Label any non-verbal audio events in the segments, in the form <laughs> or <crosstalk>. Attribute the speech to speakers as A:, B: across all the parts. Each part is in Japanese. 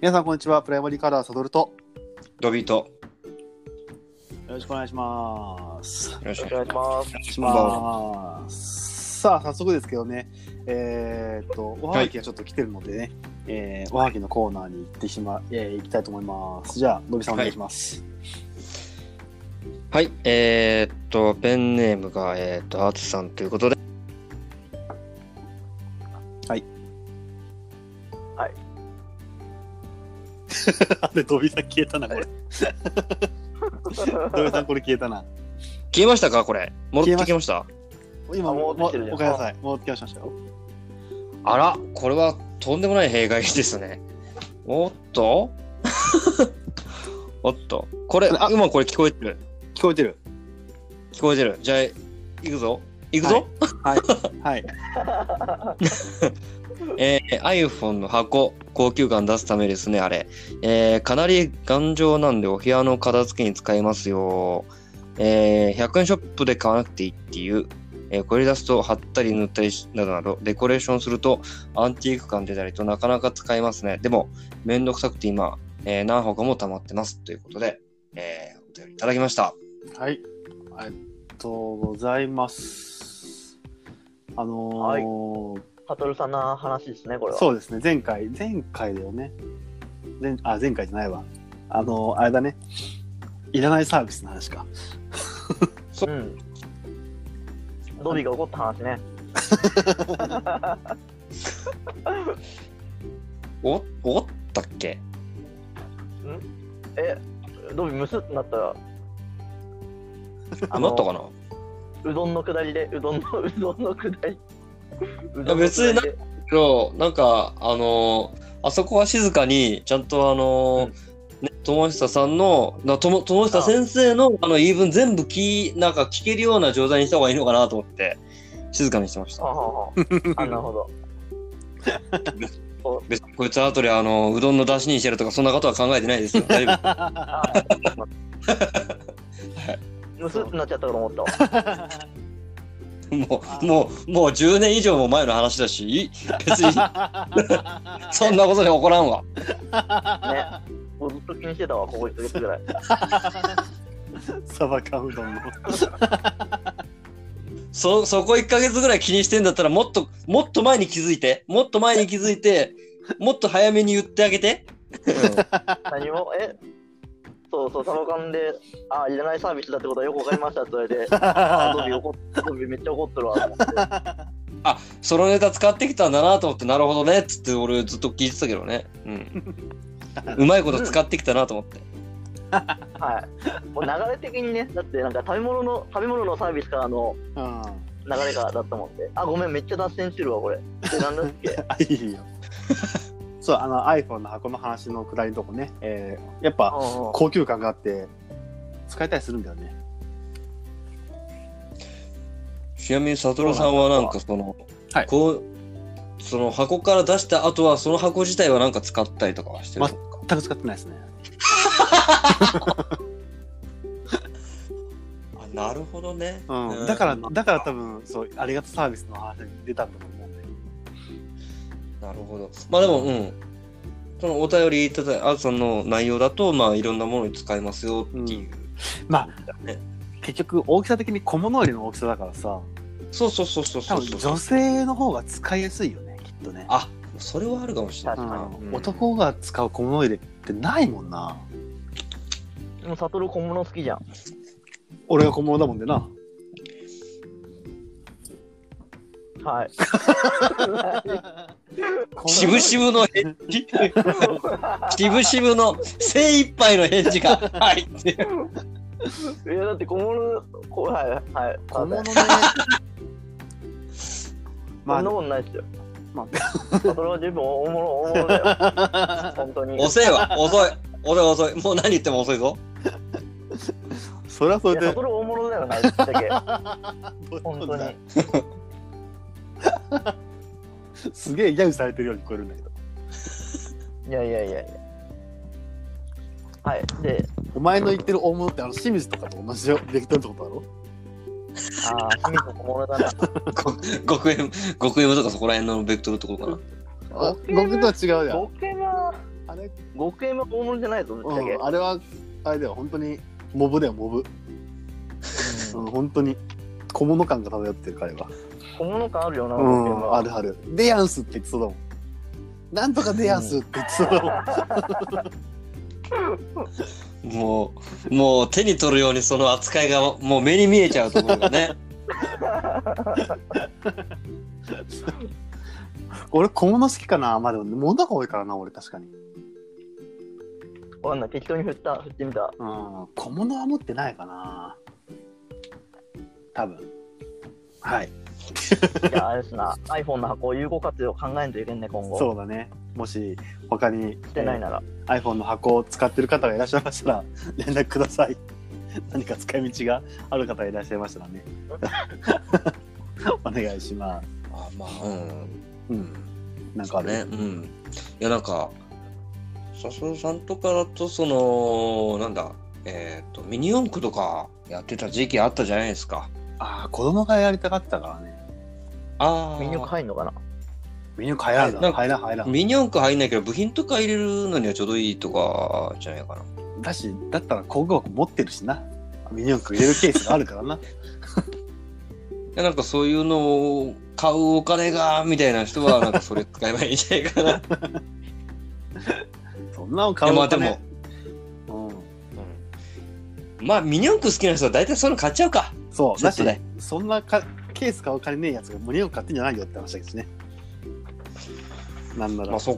A: 皆さんこんにちはプライマリーカラーサドルと
B: ドビート。
A: よろしくお願いします
B: よろし
C: よろし
B: く
C: くお願いします。
A: しますさあ早速ですけどねえー、っとおはがきがちょっと来てるのでね、えーおはがきのコーナーに行ってしま、えー行きたいと思いますじゃあのびさんお願いします、 <laughs>
B: はい、えー、っと、ペンネームが、えー、っと、アーツさんということで。
A: はい。
C: はい。
A: あれ、ドビさん消えたな、こ <laughs> れ。ドビさん、これ消えたな。
B: 消えましたかこれ。戻ってきました
A: 今、
C: あ
A: もう、
C: 戻
A: も
C: ってきてるじゃん
A: おかえりなさい。戻ってきましたよ。
B: あら、これはとんでもない弊害ですね。おっと <laughs> おっと。これ、
A: あ
B: 今これ聞こえてる。
A: 聞こえてる
B: 聞こえてる。じゃあ、行くぞ。行くぞ、
A: はい。
B: えー iPhone の箱、高級感出すためですね、あれ。えーかなり頑丈なんで、お部屋の片付けに使えますよ。えー100円ショップで買わなくていいっていう。えーこれ出すと貼ったり塗ったりしなどなど、デコレーションするとアンティーク感出たりとなかなか使えますね。でも、めんどくさくて今、えー何箱も溜まってます。ということで、えーお便りいただきました。
A: <laughs> はい。ありがとうございます。あのー
C: ハトルさんの話ですね、これは。
A: そうですね、前回、前回だよね。前あ、前回じゃないわ。あのーあれだね。いらないサービスの話か。
C: うん。ドビが怒った話ね。
B: お、おったっけ
C: え、ドビムスってなったら。
B: あ、なったかな
C: うどんの下りで、うどんの、う <laughs> どんの下り。う
B: や別になけどなんかあのーあそこは静かにちゃんとあのー
C: うん
B: ね、友久さんのなとも友久先生のあの言い分全部聞いなんか聞けるような状態にした方がいいのかなと思って静かにしてまし
C: あは
B: た
C: あはあ、あなるほ
B: <laughs>
C: ど。 <laughs>
B: 別にこいつ後であのうどんの出しにしてるとかそんなことは考えてないです
C: <laughs>
B: よ大丈夫
C: あムスってなっちゃったから思ったわ。
B: もうもうもう10年以上も前の話だしい別にそんなことで怒らんわ
C: もうずっと気にしてたわ、ここ1ヶ月ぐらい。
A: サバ缶うどんの。
B: そそこ1ヶ月ぐらい気にしてんだったらもっともっと前に気づいてもっと前に気づ
A: <laughs>
B: いてもっと早めに言ってあげて、
C: 何も、えそうそう、サバ缶で、あ、いらないサービスだってことはよくわかりましたって言われて、あドビ怒っドビめっちゃ怒ってるわ。
B: そのネタ使ってきたんだなと思ってなるほどねっつって俺ずっと聞いてたけどね、うん、うまいこと使ってきたなと思って
C: はい。もう流れ的にね、だってなんか食べ物の、食べ物のサービスからの
A: うん。あ、
C: 流れからだったもんで、あ、ごめん、めっちゃ脱線してるわ、これ。で、なんだっ
A: <laughs>
C: け
A: いいよ。そう、あの iPhone の箱の話のくだりのとこね。えーやっぱ、
C: う
A: 高級感があって、使えたりするんだよね。
B: ちなみに佐藤さんはなんかその
A: はい
B: こうその箱から出した後はその箱自体はなんか使ったりとかはしてるのか、
A: 全く使ってないですね。
B: あなるほどね、
A: うん、だから、だから多分、そう、ありがたサービスの話に出たんだと思うんで。
B: なるほど。まあでも、うん。そのお便りいただいあその内容だと、まあいろんなものに使えますよっていう。
A: まあ
B: ね、
A: 結局、大きさ的に小物よりの大きさだからさ、
B: そうそうそうそうそ
A: 多
B: う
A: 分女性の方が使いやすいよね、きっとね。
B: あ、それはあるかもしれ
A: う
B: ない。
A: ん
B: うん
A: 男が使う小物入れってないもんな。
C: ん。でも、悟小物好きじゃん。
A: 俺が小物だもんでな。
C: はい。
B: 渋々の返事。 <laughs> 渋々の精一杯の返事が。はい。
C: いや、だって小物、こはい、はい。
A: 小物
C: はい
A: ね。ま
C: そ
A: あ
C: んな、ことないですよ。
A: ま
C: 悟は十分大物、大物だよ。
A: <laughs>
C: 本当に。
B: 遅いわ。遅い。遅い遅い。もう何言っても遅いぞ。
A: それはそ
C: い
A: れで
C: や、悟、大物だよな、ぶっちゃけ。
A: どういうこ
C: 本
A: と
C: 当
A: だ
C: に。
A: すげえ揶揄されてるように聞こえるんだけど。
C: いやいやいやいや。はい。で、
A: お前の言ってる大物って、あの、清水とかと同じよできてるってことだろ
C: ああ、清水小物だな。
B: ご極縁、極縁とかそこら辺のベクトルってことかな。
A: あ
C: ボケる
A: 僕とは違うじゃん。
C: ボケな。
A: あれ、
C: 5億円は大物じゃないぞ、ぶっちゃけ。
A: うん、あれは、あれだよ、本当に、モブだよ、モブ。うん、本当に、小物感が漂ってる、彼は。
C: 小物感あるよな、
A: う
C: 5億円
A: ん、
C: は。
A: あるある。デヤンスって言ってそうだもん。なんとかデヤンスって言ってそうだもん。
C: <laughs>
B: もう、もう手に取るようにその扱いがもう目に見えちゃうところがね。
A: 俺、小物好きかな。まあでも、物が多いからな、俺、確かに。
C: わかんない、適当に振った、振ってみた。
A: うん、小物は持ってないかな。多分。はい。
C: いや、あれですな、iPhone の箱を有効活用考えんといけんね、今後。
A: そうだね。もし、他に、
C: してないなら。
A: iPhone の箱を使ってる方がいらっしゃいましたら <laughs> 連絡ください何か使い道がある方がいらっしゃいましたら
C: <laughs>
A: ね <laughs> お願いします
B: <laughs> あまあ、うん。
A: うんなんかある、
B: ね、うん。いや、なんか、笹田さんとかだと、その、なんだ、えっ、と、ミニ四駆とかやってた時期あったじゃないですか。
A: ああ子供がやりたかったからね
B: あ
C: ミニオク
B: あ。
C: 入んのかな
A: メニュー変えられた
B: なん
A: の
B: か
A: 入らん入らん
B: ミニ四駆入んないけど、部品とか入れるのにはちょうどいいとか、じゃないかな。
A: だしだったら工具箱持ってるしなミニ四駆入れるケースがあるから
B: <laughs>
A: な
B: いやなんかそういうのを買うお金がみたいな人 <laughs> はなんかそれ使えばいいんじゃないかな。
A: そんなの買う
B: いやま
A: の
B: あで
A: かね、
B: も
A: う
B: まあミニ四駆好きな人は大体そういうの買っちゃうか。
A: んそう
B: セ
A: だ
B: ット
A: し
B: で
A: そんなかケース買う金ねえやつがミニ四駆買ってんじゃないよって話だけどねなんなら、
B: まあそっ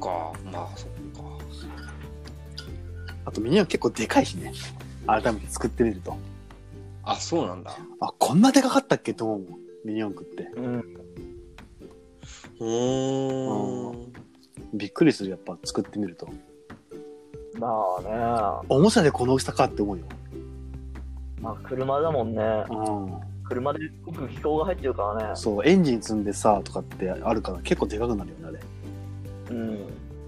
B: か。まあそっか。
A: あとミニは結構でかいしね。改めて作ってみると。
B: あ、そうなんだ。
A: あ、こんなでかかったっけと思うもん。ミニ四駆って。
C: うん。
B: うーん。
A: びっくりする、やっぱ作ってみると。
C: まあね、
A: おもちゃでこの大きさかって思うよ。
C: まあ車だもんね。
A: う
C: 車で動く気候が入ってるからね
A: ん。。そう、エンジン積んでさ、とかってあるから結構でかくなるよね、あれ。
C: うん。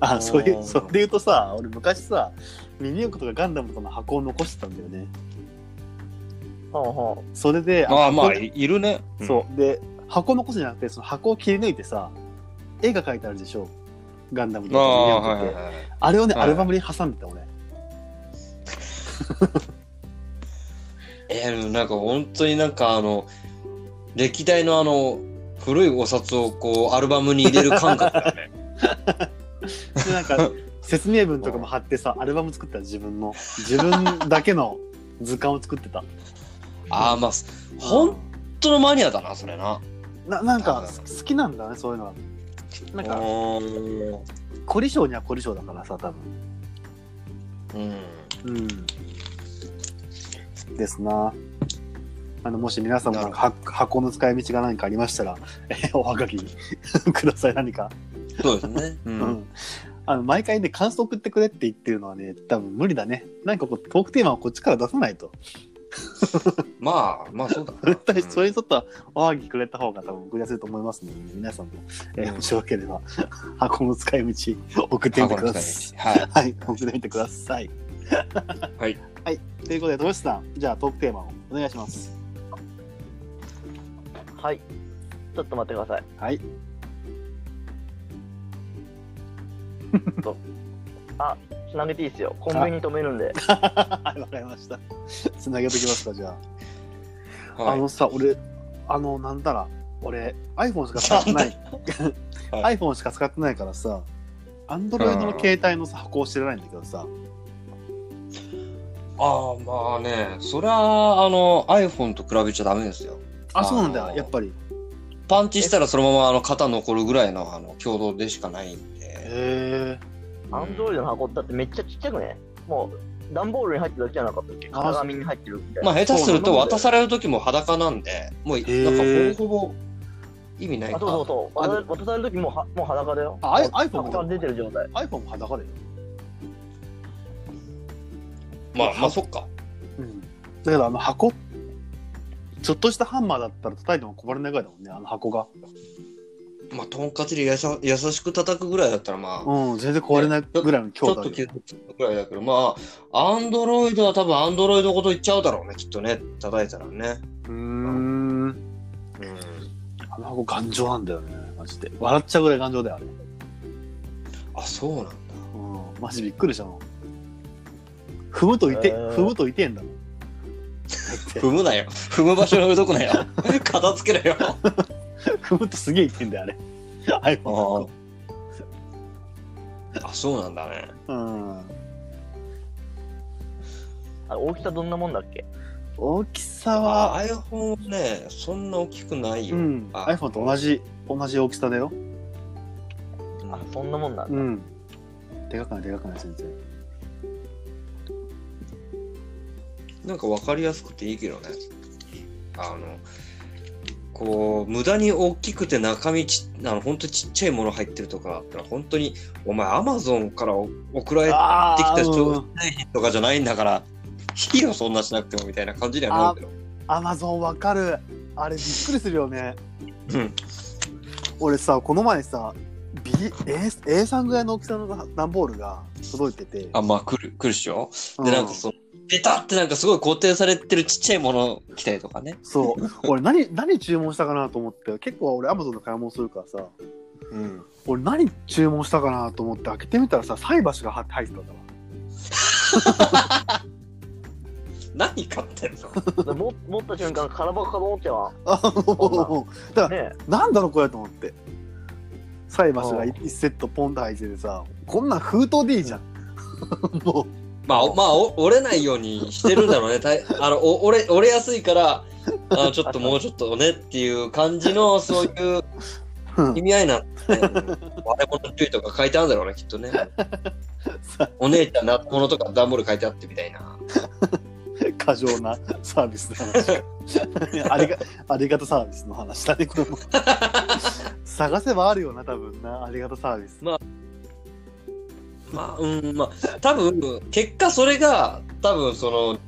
A: あ、そうい
B: うん
A: う、それで言うとさ、俺昔さ、ミニ四駆とかガンダムとかの箱を残してたんだよね。
C: ほうほ
A: それで、
B: まあまあ、
A: 箱
B: いいるね。
A: そう。で、箱残すんじゃなくて、その箱を切り抜いてさ、絵が描いてあるでしょ。ガンダム
B: う
A: と
B: ん。あ
A: かミニ四
B: あ、はい
A: 駆
B: は
A: っ
B: い
A: て。
B: はい。
A: あれをね、
B: はい
A: アルバムに挟んでた、俺。
B: えー、でもなんか本当になんかあの、歴代のあの、古いお札をこう、アルバムに入れる感覚
A: <laughs>
B: だね。
A: でなん
B: <laughs>
A: か説明文とかも貼ってさアルバム作った自分の自分だけの図鑑を作ってた
B: ああ、まあ、 <laughs> 本当のマニアだな、それな。
A: ななんか好きなんだねそういうのはなん
B: う
A: か
B: ーん
A: 凝り性には凝り性だからさ多分
B: うん。
A: うんですなあのもし皆さんもな
B: なる
A: んかは箱の使い道が何かありましたら、 <laughs> えーおはがき <laughs> ください何か、
B: そうですね。う
A: うん。あの毎回ね感想送ってくれって言ってるのはね多分無理だねなんかこうトークテーマをこっちから出さないと
B: まあ、まあそうだな。
A: <laughs> 絶対
B: うん
A: それにちょっとおはぎくれた方が多分送りやすいと思いますので、皆さんも、えー
B: うん
A: もしよければ <laughs> 箱の使い道送ってみてください。
B: はい。
A: はい、送ってみてください。
B: はい。
A: <laughs> はい、ということで、ともしさん、じゃあトークテーマをお願いします。
C: う。はい。ちょっと待ってください。
A: はい。
C: つなげていいっすよ。コンビニ止めるんで。
A: <laughs> はい、わかりました。つなげときますか、じゃあ。あのさ、俺、あの、なんだら、俺、iPhone しか使って <laughs> ない。
B: は
A: iPhone しか使ってないからさ、Android の携帯のさ箱を知らないんだけどさ、
B: ああ、まあね、それは、あの、iPhone と比べちゃダメですよ。
A: あ、そうなん
B: あ
A: だ、
B: の
A: やっぱり。
B: パンチしたらそのままあの肩残るぐらいのあの強度でしかないんで。
A: へえ。
C: アンドロイドの箱だってめっちゃちっちゃくね。もう、段ボールに入ってるだけじゃなかったっけ
A: あ
C: 型紙に入ってるみたい
B: ま
C: な。
B: あ下手する
A: そう
B: と
A: なんだ
B: 渡される時も裸なんで、もうなんかほぼほぼ意味ない
C: あ、
B: か。
C: そうそうそう。
A: あ
C: 渡渡される時もうはもう裸だよ。
A: あアイ iPhone
C: 箱が出てる状態。
A: iPhone も裸だよ。
B: まあまあそっか。
A: うん、だけどあの箱ちょっとしたハンマーだったら叩いてもこぼれないぐらいだもんねあの箱が
B: まあとんかつでやさ優しく叩くぐらいだったらまあ、
A: うん全然壊れないぐらいの
B: ち
A: 強
B: ょっ
A: 度
B: と
A: だ
B: 急
A: よ
B: ぐらいだけど、まあ、アンドロイドは多分アンドロイドごといっちゃうだろうね、きっとね、叩いたらね。
A: うーん
B: うん。
A: あの箱頑丈なんだよねマジで笑っちゃうぐらい頑丈だよあれ、
B: あ、そうなんだ。
A: うん、マジびっくりしたの。踏むといて、
C: えー
A: 踏むといてんだもん。 <laughs>
B: 踏むなよ。踏む場所のどこなよ。片付けろよ。
A: 踏むとすげえいてんだよ、あれ。あれ
B: ああ。あ、そうなんだね。
A: うん。
C: あ大きさどんなもんだっけ
A: 大きさは、
B: あ、iPhone ね、そんな大きくないよ。
A: うん、
B: あ
A: iPhone と同じ、同じ大きさだよ。
C: あそんなもんなんだ、
A: うん。でかくない、でかくない、全然。
B: なんか分かりやすくていいけどね。あの、こう、無駄に大きくて中身ち、あの、本当ちっちゃいもの入ってるとかだったら、本当に、お前、アマゾンからお送られて
A: あ
B: きた
A: ー
B: 商品とかじゃないんだから、引きよ、そんなしなくてもみたいな感じにはなるけど。
A: アマゾンわかる。あれびっくりするよね。
B: うん。
A: 俺さ、この前さ、B、A、A3 ぐらいの大きさの段ボールが届いてて。
B: あ、まあ、来る、来るっしょ。
A: う
B: で、なんかその、ペタってなんかすごい固定されてるちっちゃいもの来たりとかね。
A: そう。俺何、何注文したかなと思って、結構俺アマゾンで買い物するからさ、
B: うん。
A: 俺何注文したかなと思って開けてみたらさ、菜箸が入ってたんだわ。
B: 何買ってんの
C: でも持った瞬間空箱かと思っては
A: あ
C: そ
A: もう、だから、
C: ね
A: なんだろうこれと思って。菜箸が
B: あ
A: 1セットポンと入っててさ、こんなん封筒でいいじゃん。 <laughs> もう、
B: まあ、おまあ、お折れないようにしてるんだろうね。たいあのお折れ折れやすいからあ、ちょっともうちょっとねっていう感じの、そういう
A: うん
B: 意味合いなんて、割れ物注意とか書いてあるんだろうね、きっとね。
A: さ
B: お姉ちゃん、夏物とか段ボール書いてあってみたいな。
A: 過剰なサービスの話ありがありがたサービスの話だねこれも探せばあるよな多分なありがたサービス
B: まあ、うん、まあ、多分、結果それが、多分、その、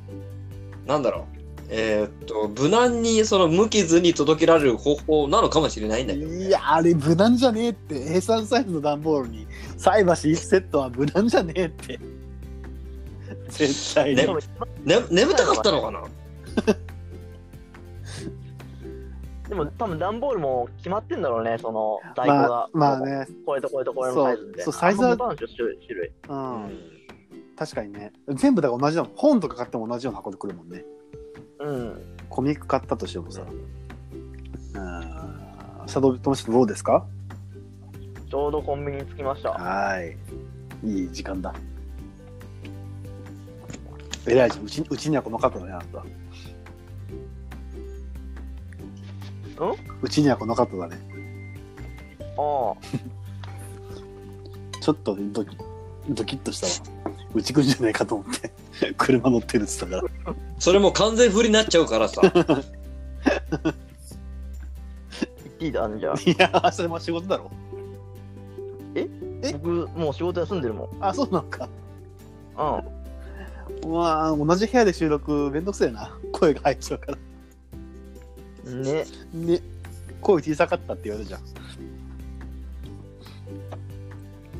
B: なんだろう。えーっと、無難に、その、無傷に届けられる方法なのかもしれないんだけど、ね。
A: いやあれ無難じゃねえって A3 サイズの段ボールに菜箸1セットは無難じゃねえって絶対に、
B: ね
C: でも
B: ね、眠たかったのかな
C: でも多分段ボールも決まってんだろうねその在庫
A: ま
C: が、
A: あまあね
C: これとこれとこれのサイズみたいな
A: そうそうサイズは
C: あんま持たんでしょ種類
A: うん、確かにね全部だから同じだもん本とか買っても同じような箱で来るもんね
C: うん
A: コミック買ったとしてもさうん佐藤智人どうですか
C: ちょうどコンビニに着きました
A: はい。いい時間だ。えらいじゃん。うちうちには細かくないなと。うちにはこのカットだね。
C: あ
A: ちょっとドキドキッとしたわ。うちくんじゃないかと思って。 <laughs> 車乗ってるって言ってたか
B: それもう完全振りになっちゃうからさ。
C: あいいだねじゃあ
A: ら。いや、明日も仕事だろ。え
C: 僕もう仕事休んでるもん
A: あ、そうなんか。
C: うん
A: まあ、同じ部屋で収録めんどくせえな。声が入っちゃうから。
C: ね
A: ね。声小さかったって言われるじゃん。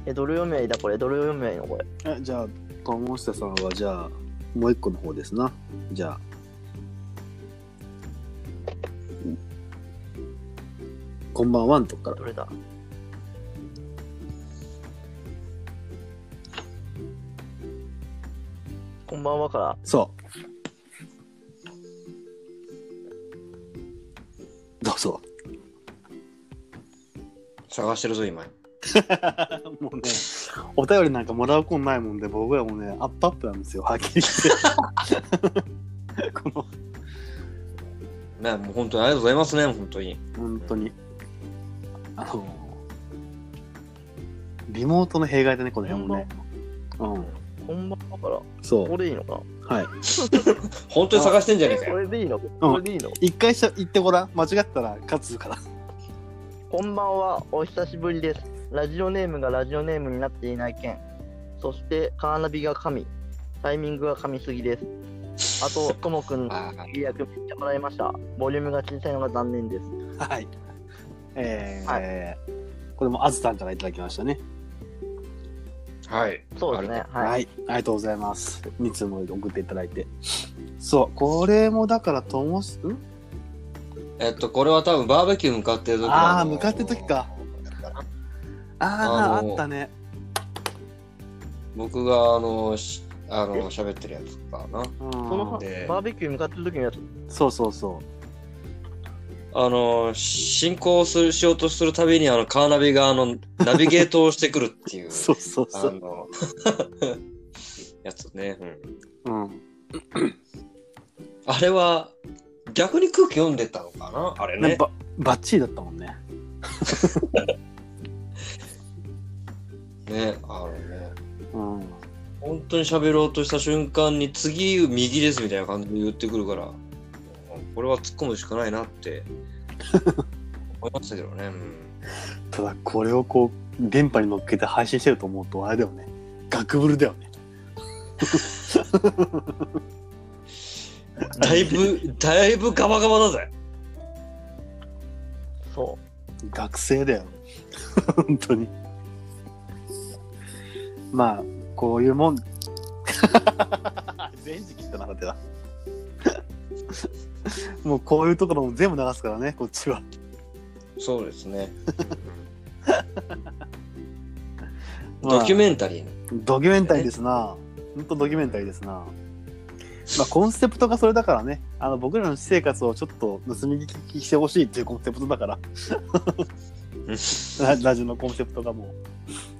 C: えどれ読めばいいだこれどれ読めばいいのこれ
A: えじゃあ友下さんはじゃあもう一個の方ですなじゃあこんばんはんとこか
C: どれだこんばんはから
A: らそうどうぞ
B: 探してるぞ、今。
A: もうねお便りなんかもらうことないもんで僕らもねアップアップなんですよはっきり言って <laughs> この
B: ね、もう本当にありがとうございますね、本当に。
A: 本当にあのリモートの弊害だねこの辺もねうん
C: こんばんはから
A: そう
C: これでいいのか
A: はい。
B: 本当に探してんじゃねえかよ。
C: これでいいのこれでいいの
A: 一回しゃ言ってごらん。間違ったら勝つから。 <laughs>
C: こんばんは、お久しぶりです。ラジオネームがラジオネームになっていない件、そしてカーナビが神、タイミングが神すぎです。あ
A: <laughs>
C: と、ともくん、
B: あー
C: 契約めっちゃもらいました。ボリュームが小さいのが残念です。
A: はい。えーこれもあずさんからいただきましたね。
B: はい。
C: そうですね。
A: はい。
C: はい。
A: ありがとうございます。2通も送っていただいて。そう、これもだから、ともす、ん
B: えっと、これは多分バーベキュー向かってる時
A: あー向かってる時か。あー、
B: あのー
A: あったね。
B: 僕があのしあの喋ってるやつかな
A: うん
C: そのバ
B: で
C: ーベキューに向かってる時のやつ。
A: そうそうそ。
B: あの進行するしようとするたびにあのカーナビがあのナビゲートをしてくるっていう
A: <laughs>
B: う
A: そうそう
B: あ
A: そう。
B: のやつね、うん
A: うん。
B: あれは逆に空気読んでたのかなあれ
A: なん
B: ね
A: かばバッチリだったもんね。
B: ねあのね
A: うん。
B: 本当に喋ろうとした瞬間に次右ですみたいな感じで言ってくるからこれは突っ込むしかないなって思いましたけどね、うん
A: ただ、これをこう、電波に乗っけて配信してると思うと、あれだよね。ガクブルだよね。
B: だいぶだいぶガバガバだぜ
C: そ
A: 学生だよ。 <laughs> 本当に。まあ、こういうもん。 <laughs> 全時切ったな、だって <laughs> な。もうこういうところも全部流すからね、こっちは。
B: そうですね
A: まあ
B: ドキュメンタリーの
A: ドキュメンタリーですな。本当ドキュメンタリーですな。まあ、コンセプトがそれだからね、あの僕らの私生活をちょっと盗み聞きしてほしいっていうコンセプトだから、ララジオのコンセプトがも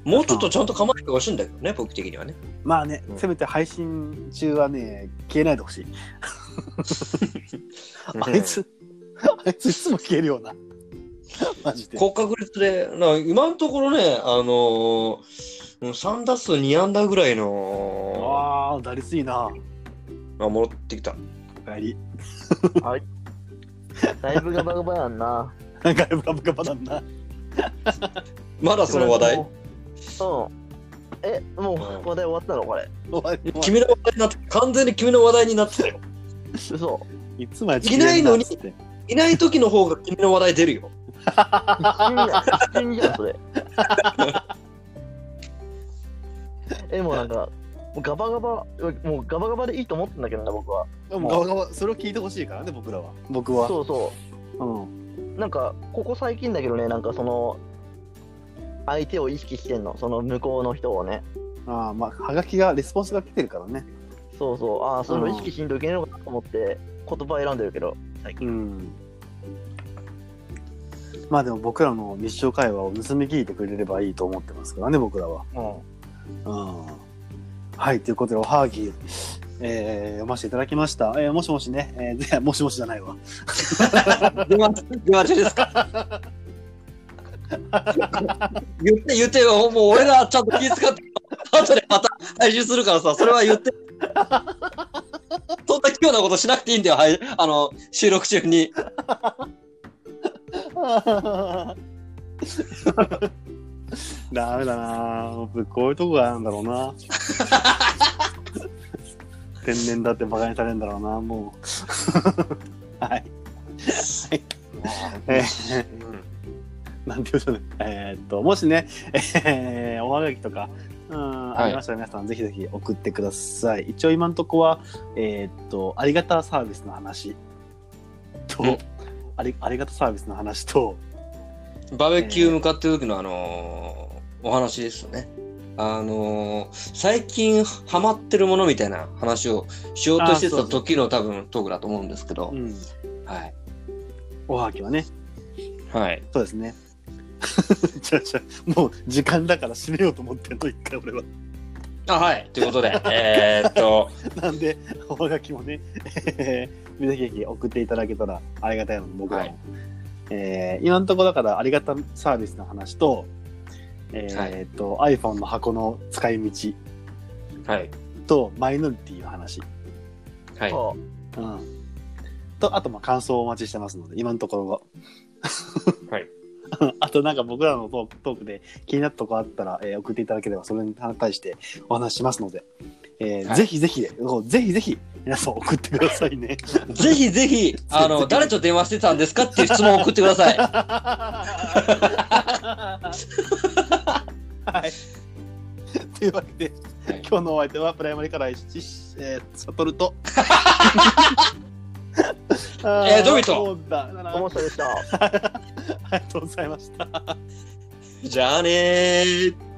A: う。
B: もうちょっとちゃんと構えてほしいんだけどね、僕的にはね。
A: まあね、
B: うん
A: せめて配信中はね、消えないでほしい。あいつ、あいついつも消えるような。マジで。
B: 高確率で、な今のところね、あのー、3打数2安打ぐらいの、
A: ああ、打率いいな。
B: まあ、戻ってきた。
A: お帰り。
C: う。だいぶガバガバやんな。
A: なんかブカブカバだな。
B: まだその話題。
C: うん。え、も
B: うん
C: う話題終わったのこれ。
A: 終わり
B: 君の話題になって、完全に君の話題になってたよ。 <laughs>
C: 嘘。
A: いつまで
B: いないのに
A: 消えるなっつって
B: いない時の方が君の話題出るよ。
C: 死んだ。死んじゃん、そ
B: <laughs>
C: れ。え、もうなんか、もうガバガバ、もうガバガバでいいと思ってんだけどな、僕は。
A: でもガバガバそれを聞いてほしいからね、僕らは。僕は。
C: そうそう。
A: うん。
C: なんかここ最近だけどねなんかその相手を意識してんのその向こうの人をね
A: ああまあはがきがレスポンスが来てるからね
C: そうそうああそういう
A: う
C: の
A: ん
C: 意識しんといけないのかなと思って言葉選んでるけど
A: うんまあでも僕らの日常会話を盗み聞いてくれればいいと思ってますからね僕らはうんはいということでおはぎ、えー読ませていただきました、えーもしもしね、えーでもしもしじゃないわ
B: 出待ち、出待ちですか言って言ってよ、もう俺らちゃんと気遣って、後でまた配信するからさ、それは言って。そんな器用なことしなくていいんだよ、はい、あの収録中に。
A: <laughs> ダメだな僕こういうとこがあるんだろう
B: <laughs>
A: な天然だってバカにされるんだろうなもう <laughs> はいえーなんていうんでしょうね。えーっと、もしね、えーおはがきとか、うん、
B: はい
A: ありましたら皆さん、ぜひぜひ送ってください。一応今のとこは、えーっと、ありがたサービスの話と
B: うん、
A: ありありがたサービスの話と、
B: バーベキュー向かってる時のあのーお話ですよね。あのー最近ハマってるものみたいな話をしようとして
A: あ
B: た
A: そうそう
B: 時の多分トークだと思うんですけど
A: う、ん、
B: はい。
A: おはがきはね、
B: はい。
A: そうですね。 <laughs> じゃあじゃあもう時間だから締めようと思ってんの、一回俺は。
B: あ、はい。ということ <laughs> で、えーっと、
A: なんで、おはがきもね、 <laughs> えーぜひぜひ送っていただけたらありがたいので、僕らも。
B: はい
A: えー今のところだから、ありがたサービスの話と、えー
B: はい
A: えーと iPhone の箱の使い道
B: はい。
A: と、マイノリティの話。
B: はい。
C: そ
A: うん。と、あと、まあ、感想をお待ちしてますので、今のところは。
B: はい。
A: <laughs> あと、なんか僕らのトークトークで気になったとこあったら、えー送っていただければ、それに対してお話ししますので、えー
B: はい
A: ぜひぜひ、おぜひぜひ、皆さん送ってくださいね。
B: <laughs> ぜひぜひ、あ <laughs> の、誰と電話してたんですかっていう質問を送ってください。
A: <laughs> はい。というわけで、
B: はい
A: 今日のお相手はプライマリから一し、えー、サトルと。え
B: <laughs> えードビト
C: う思ったでした
A: ありがとうございました。
B: じゃあねー。